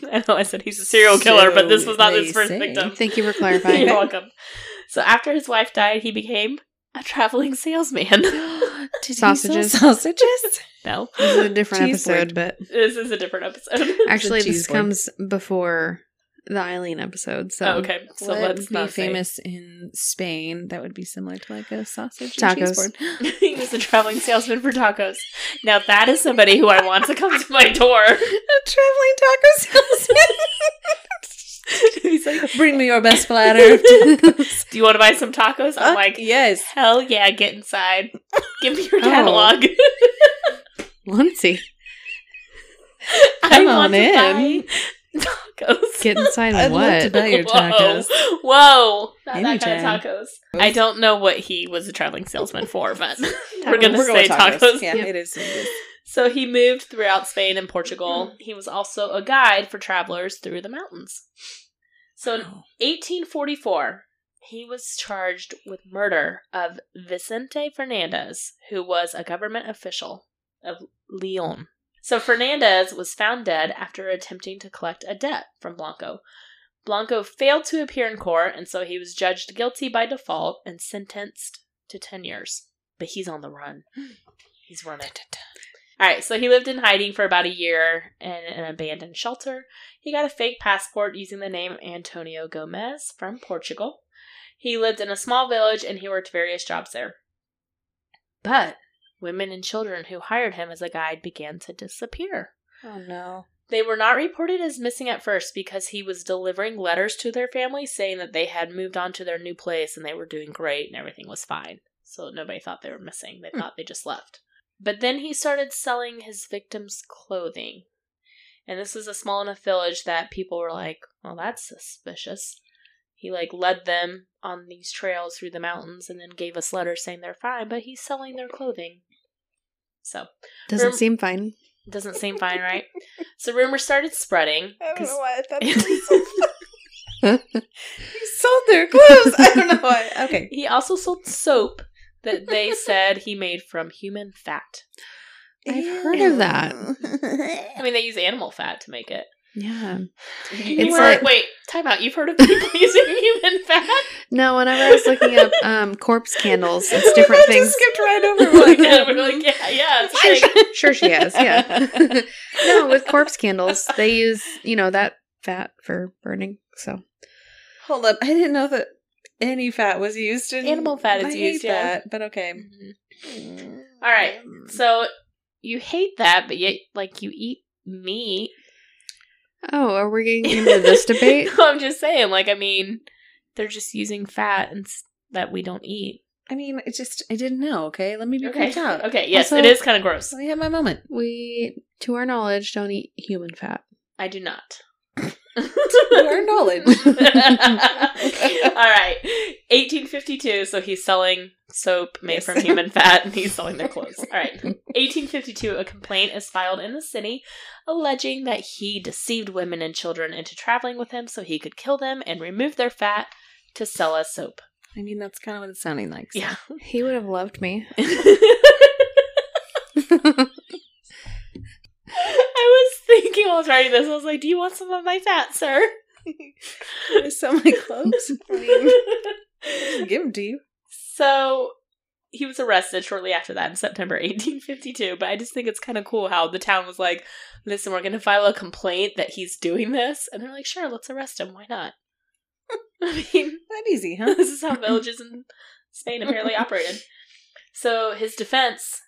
B: I know I said he's a serial killer, but this was not
A: So
B: his first
A: they say.
B: victim.
C: Thank you for
B: You're
C: clarifying.
B: welcome. So after his wife died, he became a traveling salesman.
A: Did he sell
C: Sausages.
A: sausages.
B: no,
C: this is a different
A: Cheese
C: episode, but
B: this is a different episode.
C: actually,
A: cheese
C: this
A: board.
C: comes before the Eileen episode. So
B: Oh, okay, so
A: What
B: let's
A: would
B: not
A: be
B: say-
A: famous in Spain. That would be similar to like a sausage and
C: Tacos.
A: cheese board.
B: he was a traveling salesman for tacos. Now that is somebody who I want to come to my door.
A: a traveling taco salesman.
B: He's like,
A: Bring me your best platter. of tacos.
B: "Do you want to buy some tacos?"
A: Uh,
B: I'm like,
A: yes.
B: "Hell yeah, get inside. Give me
A: Oh.
B: your catalog.
C: Lindsay,
B: I
A: Come
B: want
A: on
B: to
A: in.
B: buy tacos."
C: get inside
A: I'd love to
C: what?
A: buy your tacos.
B: Whoa, Whoa. not that kind
A: Anytime.
B: of tacos. I don't know what he was a traveling salesman for, but we're
C: Tacos.
B: gonna
A: We're
B: say
A: going
B: tacos.
A: Yeah,
C: Yep.
A: it is. It is.
B: So he moved throughout Spain and Portugal. He was also a guide for travelers through the mountains. So in
A: Oh.
B: 1844, he was charged with murder of Vicente Fernandez, who was a government official of Leon. So Fernandez was found dead after attempting to collect a debt from Blanco. Blanco failed to appear in court, and so he was judged guilty by default and sentenced to 10 years. But he's on the run. He's running. All right, so he lived in hiding for about a year in an abandoned shelter. He got a fake passport using the name Antonio Gomez from Portugal. He lived in a small village and he worked various jobs there. But women and children who hired him as a guide began to disappear.
A: Oh no.
B: They were not reported as missing at first because he was delivering letters to their family saying that they had moved on to their new place and they were doing great and everything was fine. So nobody thought they were missing. They thought they just left. But then he started selling his victims' clothing. And this is a small enough village that people were like, well, that's suspicious. He like led them on these trails through the mountains and then gave us letters saying they're fine, but he's selling their clothing. So
C: Doesn't
B: Rem-
C: seem fine.
B: doesn't seem fine, right? So rumors started spreading.
E: I don't
B: 'cause-
E: know why I thought that was so funny. He sold their clothes. I don't know why. Okay.
B: He also sold soap that they said he made from human fat.
C: I've heard of that.
B: I mean, they use animal fat to make it.
C: Yeah.
B: You
C: It's
B: were,
C: like-
B: wait, time out. You've heard of people using human fat?
C: No, whenever I was looking up um, corpse candles, it's different
E: I
C: things.
E: just skipped right over
B: Like,
E: one.
B: yeah, we're like, yeah, yeah. It's
C: Sure,
B: like,
C: she- sure she has. Yeah. no, with corpse candles, they use you know that fat for burning. So
A: Hold up. I didn't know that any fat was used in
B: Animal fat is
A: I
B: used,
A: hate
B: yeah.
A: that, but okay.
B: Mhm. All right.
C: Mm.
B: So you hate that, but yet, like, you eat meat.
C: oh, are we getting into this debate?
B: no, I'm just saying. Like, I mean, they're just using fat and s- that we don't eat.
A: I mean, it just I didn't know, okay? Let me be
B: Okay.
A: okay. out.
B: Okay. Yes,
A: Also-
B: it is kind of gross.
A: Let me have my moment.
C: We, to our knowledge, don't eat human fat.
B: I do not.
A: our knowledge.
B: All right. 1852. So he's selling soap made
A: Yes.
B: from human fat and he's selling their clothes. All right. 1852. A complaint is filed in the city alleging that he deceived women and children into traveling with him so he could kill them and remove their fat to sell as soap.
A: I mean, that's kind of what it's sounding like. so.
B: Yeah.
C: He would have loved me.
B: I was thinking while I was writing this, I was like, do you want some of my fat, sir?
A: I sell my clothes. I mean, I'll give them to you.
B: So he was arrested shortly after that in September 1852. But I just think it's kind of cool how the town was like, listen, we're going to file a complaint that he's doing this. And they're like, sure, let's arrest him. Why not? I mean,
A: That easy, huh?
B: this is how villages in Spain apparently operated. So his defense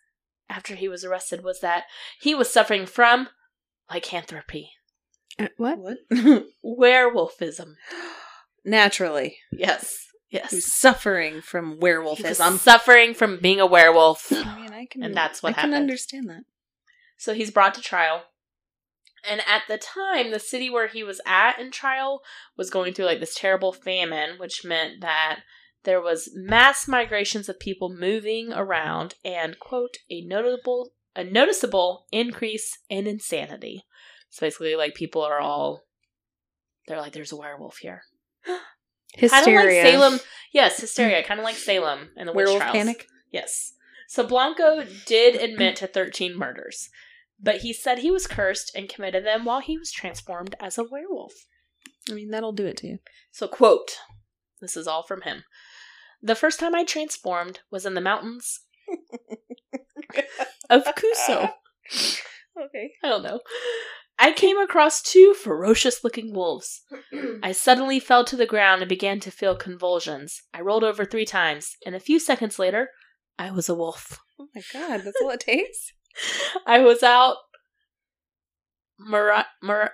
B: after he was arrested was that he was suffering from lycanthropy,
C: Uh, What?
A: What?
B: werewolfism.
A: Naturally,
B: Yes. Yes.
A: who's suffering from
B: He was
A: werewolfism.
B: suffering from being a werewolf.
A: I mean, I can,
B: And that's what
A: I
B: happened.
A: can understand that.
B: So he's brought to trial. And at the time, the city where he was at in trial was going through like this terrible famine, which meant that there was mass migrations of people moving around and quote a notable a noticeable increase in insanity. So basically like people are all they're like there's a werewolf here. Kind of like
C: Hysteria.
B: Salem. Yes, hysteria, kind of like Salem and the witch
A: Werewolf
B: trials.
A: panic.
B: Yes. So Blanco did admit to 13 murders, but he said he was cursed and committed them while he was transformed as a werewolf.
A: I mean, that'll do it to you.
B: So, quote, this is all from him. The first time I transformed was in the mountains of Cuso.
A: Okay.
B: I don't know. I came across two ferocious looking wolves. I suddenly fell to the ground and began to feel convulsions. I rolled over three times, and a few seconds later, I was a wolf.
A: Oh my god, that's all it takes.
B: I was out. Mara- mara-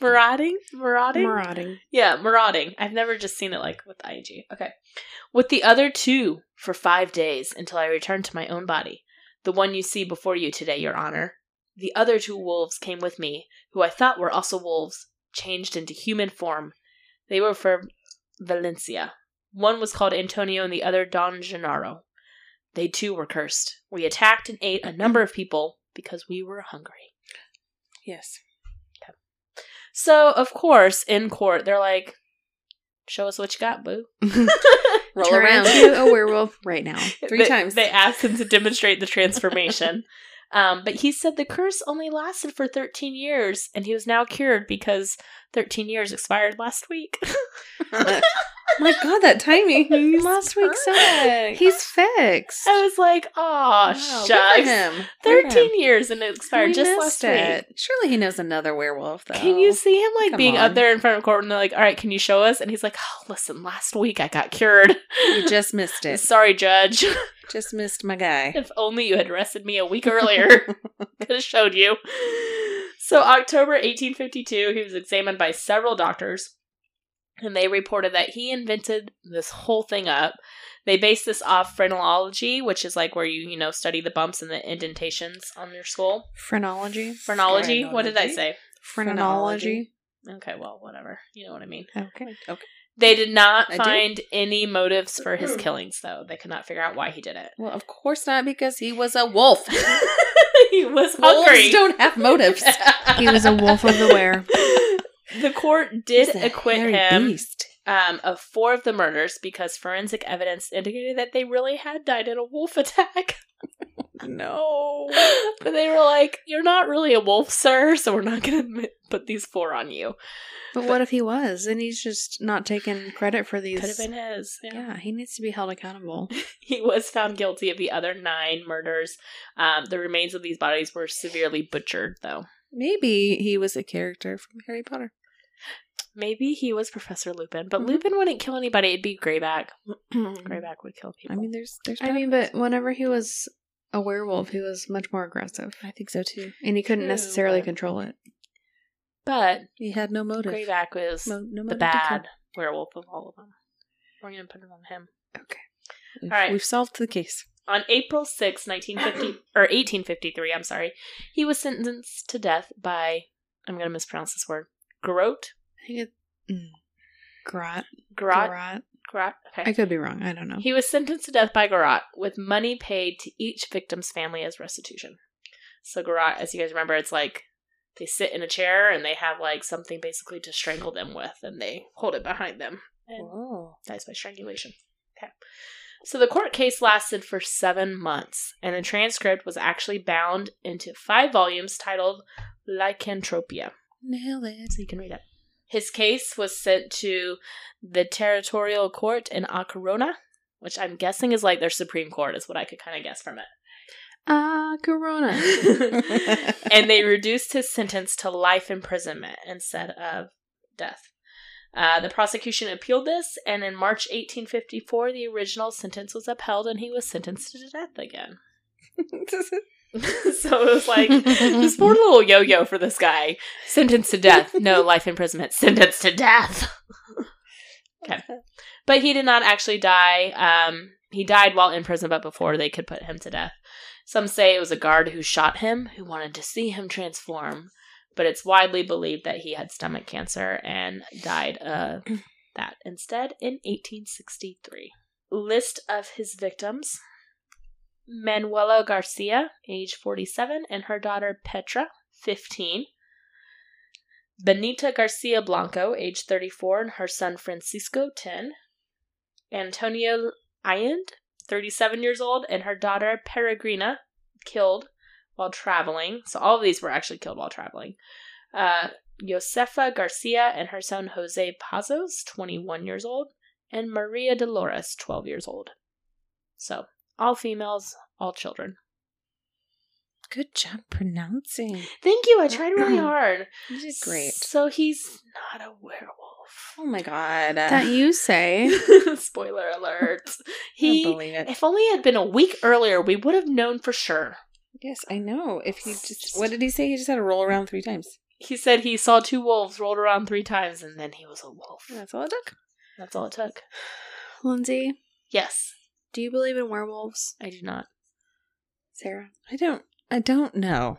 B: marauding? Marauding?
C: Marauding.
B: yeah, marauding. I've never just seen it like with IG. Okay. With the other two for five days until I returned to my own body. The one you see before you today, Your Honor. The other two wolves came with me, who I thought were also wolves, changed into human form. They were from Valencia. One was called Antonio and the other Don Gennaro. They too were cursed. We attacked and ate a number of people because we were hungry.
A: Yes.
B: So, of course, in court, they're like, show us what you got, boo.
A: Roll
C: Turn
A: around.
C: into a werewolf right now.
A: Three
B: They-
A: times.
B: They asked him to demonstrate the transformation. um, but he said the curse only lasted for 13 years, and he was now cured because 13 years expired last week.
A: Oh my god, that timing. Last week sucked.
C: He's fixed.
B: I was like, oh,
A: Wow, good for
B: shucks.
A: him. Good for him.
B: 13 years and it expired
A: We
B: just
A: missed
B: last week.
A: it. uh, Surely he knows another werewolf, though.
B: Can you see him like
A: Come
B: being up
A: on.
B: there in front of court and they're like, all right, can you show us? And he's like, oh, listen, last week I got cured.
A: You just missed it.
B: Sorry, Judge.
A: Just missed my guy.
B: If only you had arrested me a week earlier. Could have showed you. So, October 1852, he was examined by several doctors, and they reported that he invented this whole thing up They base this off phrenology, which is like where you, you know, study the bumps and the indentations on your skull.
C: Phrenology.
B: Phrenology? What did I
A: Phrenology?
B: say?
C: Phrenology.
B: Okay, well, whatever. You know what I mean.
C: Okay.
B: They did not
E: I do.
B: find any motives for his killings, though. They could not figure out why he did it.
A: Well, of course not, because he was a wolf.
B: he was
A: Wolves
B: hungry.
A: don't have motives.
C: He was a wolf of the were.
B: The court did
A: He's a
B: acquit
A: hairy
B: him
A: Beast.
B: um, of four of the murders because forensic evidence indicated that they really had died in a wolf attack.
A: No.
B: but they were like, "You're not really a wolf, sir, so we're not going to put these four on you."
C: But what if he was? And he's just not taking credit for these.
B: Could have been his. Yeah.
C: Yeah, he needs to be held accountable.
B: He was found guilty of the other nine murders. Um, the remains of these bodies were severely butchered, though.
A: Maybe he was a character from Harry Potter.
B: Maybe he was Professor Lupin,
A: Mm-hmm.
B: but Lupin wouldn't kill anybody. It'd be Greyback. Greyback would kill
A: I
B: people.
A: mean, there's, there's.
C: I mean, but whenever he was a werewolf, he was much more aggressive,
A: I think so too.
C: and he couldn't
B: True,
C: necessarily
B: but-
C: control it.
B: but
A: He had no motive.
B: Greyback was
A: Mo- no
B: the
A: motive to kill.
B: bad werewolf of all of them. We're going to put it on him.
A: We've,
B: All right.
A: we've solved the case.
B: On April 6, 1950 or 1853, I'm sorry, he was sentenced to death by I'm going to mispronounce this word. Grote
C: I think it- mm. Grot.
B: Garot
C: Grot.
B: Garot.
C: I
B: Okay.
C: could be wrong. I don't know.
B: He was sentenced to death by Garot with money paid to each victim's family as restitution. So Garot, as you guys remember, it's like they sit in a chair and they have like something basically to strangle them with and they hold it behind them. And
A: Oh.
B: dies by strangulation. Okay. So the court case lasted for seven months, and the transcript was actually bound into five volumes titled Lycanthropia.
A: Nail it.
B: So you can read it. His case was sent to the territorial court in Acarona, which I'm guessing is like their Supreme Court, is what I could kind of guess from it.
C: Ah, Corona.
B: and they reduced his sentence to life imprisonment instead of death. Uh, the prosecution appealed this, and in March 1854, the original sentence was upheld and he was sentenced to death again. so it was like this poor little yo yo for this guy. Sentenced to death. No, life imprisonment. Sentenced to death. okay. But he did not actually die. Um, he died while in prison, but before they could put him to death. Some say it was a guard who shot him who wanted to see him transform, but it's widely believed that he had stomach cancer and died of that instead in 1863. List of his victims Manuela Garcia, age 47, and her daughter Petra, 15. Benita Garcia Blanco, age 34, and her son Francisco, 10. Antonio Allende, 37 years old, and her daughter Peregrina, killed while traveling. So all of these were actually killed while traveling. Uh, Josefa Garcia and her son Jose Pazos, 21 years old, and Maria Dolores, 12 years old. So all females, all children.
A: Good job pronouncing.
B: Thank you. I tried really hard.
A: You did great.
B: So he's not a werewolf.
A: Oh my god.
C: that you say.
B: Spoiler alert.
A: I
B: He.
A: don't believe it.
B: if only it had been a week earlier, we would have known for sure.
A: yes, I know. If he just, what did he say? He just had to roll around three times.
B: He said he saw two wolves rolled around three times, and then he was a wolf.
A: That's all it took.
B: That's all it took.
C: Lindsay,
B: Yes,
C: do you believe in werewolves?
B: I do not.
C: Sarah.
A: I don't. I don't know.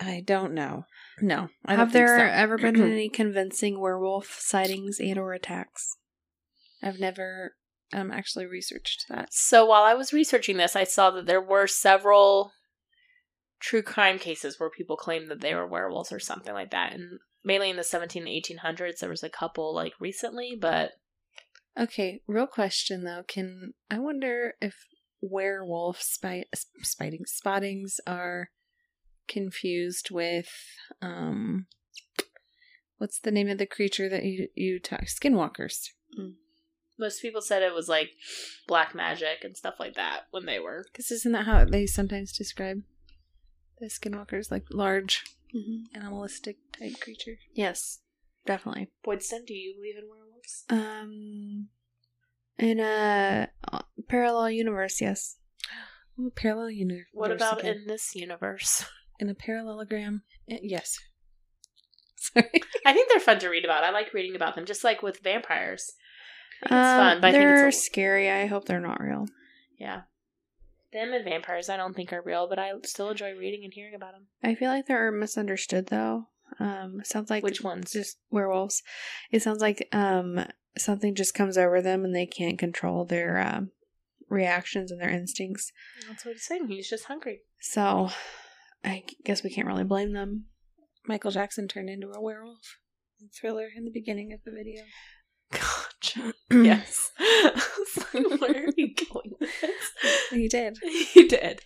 A: I don't know. No, I
C: Have
A: don't think
C: there
A: so.
C: ever been any convincing werewolf sightings and or attacks?
A: I've never um actually researched that.
B: So while I was researching this, I saw that there were several true crime cases where people claimed that they were werewolves or something like that, and mainly in the 17 and 1800s. There was a couple like recently, but
A: Okay, real question though. Can I wonder if werewolf spy, spiting spottings are confused with um what's the name of the creature that you you talk skinwalkers?
B: most people said it was like black magic and stuff like that when they were.
A: Because isn't that how they sometimes describe the skinwalkers like large
C: Mm-hmm.
A: animalistic type creature?
C: Yes, definitely.
B: Boydston, do you believe in werewolves?
C: Um, in a uh, parallel universe, yes.
A: Ooh, parallel universe.
B: What about
A: again.
B: in this universe?
A: in a parallelogram? Eh, yes. Sorry.
B: I think they're fun to read about. I like reading about them, just like with vampires. it's fun, but I think it's
C: they're
B: a-
C: scary. I hope they're not real.
B: Yeah. Them and vampires, I don't think are real, but I still enjoy reading and hearing about them.
C: I feel like they're misunderstood though. Um, sounds like
B: Which ones?
C: Just werewolves. It sounds like um something just comes over them and they can't control their um reactions and their instincts.
B: That's what he's saying. He's just hungry.
C: So I guess we can't really blame them.
A: Michael Jackson turned into a werewolf in Thriller in the beginning of the video.
B: Gotcha. yes. I was like, where are you going with this?
A: He did.
B: He did.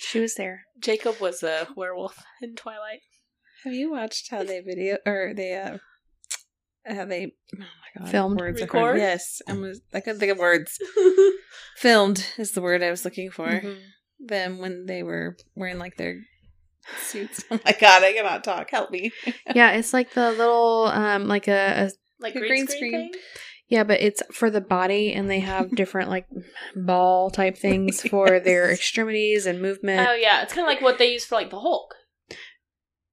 C: She was there.
B: Jacob was a werewolf in Twilight.
A: Have you watched how they video or they uh how they oh my god
C: Filmed?
A: words are hard.
B: Record?
A: Yes, I was I couldn't think of words. Filmed is the word I was looking for. Them when they were wearing like their suits. Oh my god, I cannot talk. Help me.
C: yeah, it's like the little um like a, a
B: like
A: The
B: green,
A: green
B: screen,
A: screen.
B: thing?
C: yeah, but it's for the body and they have different like ball type things for their
A: Yes.
C: extremities and movement.
B: Oh yeah, it's kind of like what they use for like the Hulk,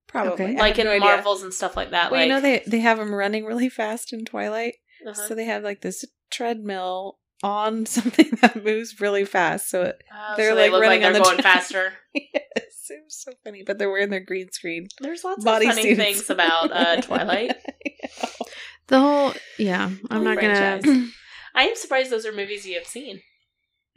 A: Probably
C: Okay.
A: I
B: like
A: have
B: in
A: no idea.
B: Marvels and stuff like that.
A: Well,
B: like
A: you know they they have them running really fast in Twilight.
B: uh-huh.
A: So they have like this treadmill on something that moves really fast. So it,
B: Oh,
A: they're,
B: so they
A: like,
B: look
A: running
B: like
A: on
B: they're
A: the
B: going
A: track.
B: faster.
A: yes, it was so funny. But they're wearing their green screen.
B: There's lots
A: Body
B: of funny
A: suits.
B: things about uh, Twilight.
C: The whole yeah,
A: Oh
C: I'm not gonna.
B: Franchise. I am surprised those are movies you have seen.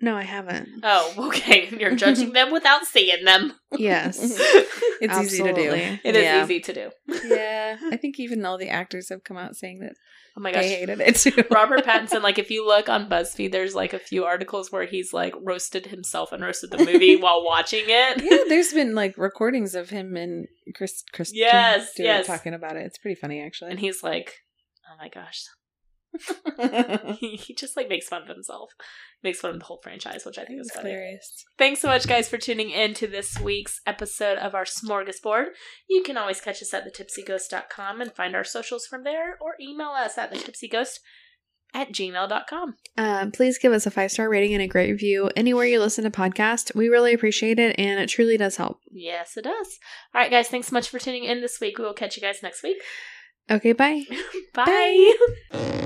C: No, I haven't.
B: Oh, okay. You're judging them without seeing them.
C: Yes,
A: It's easy to do.
C: absolutely.
B: It is
A: Yeah.
B: easy to do.
A: yeah, I think even all the actors have come out saying that
B: Oh my
A: they
B: gosh.
A: hated it too.
B: Robert Pattinson, like if you look on BuzzFeed, there's like a few articles where he's like roasted himself and roasted the movie while watching it.
A: yeah, there's been like recordings of him and Chris, Chris
B: Yes,
A: Stewart
B: yes.
A: talking about it. It's pretty funny actually.
B: And he's like, oh my gosh. he he just like makes fun of himself, makes fun of the whole franchise, which I think is
A: it's
B: funny.
A: hilarious.
B: Thanks so much, guys, for tuning in to this week's episode of our smorgasbord. You can always catch us at thetipsyghost.com and find our socials from there or email us at thetipsyghost at gmail.com.
C: Um, please give us a five star rating and a great review anywhere you listen to podcasts. We really appreciate it, and it truly does help.
B: Yes, it does. All right, guys, thanks so much for tuning in this week. We will catch you guys next week.
C: Okay, bye.
B: Bye.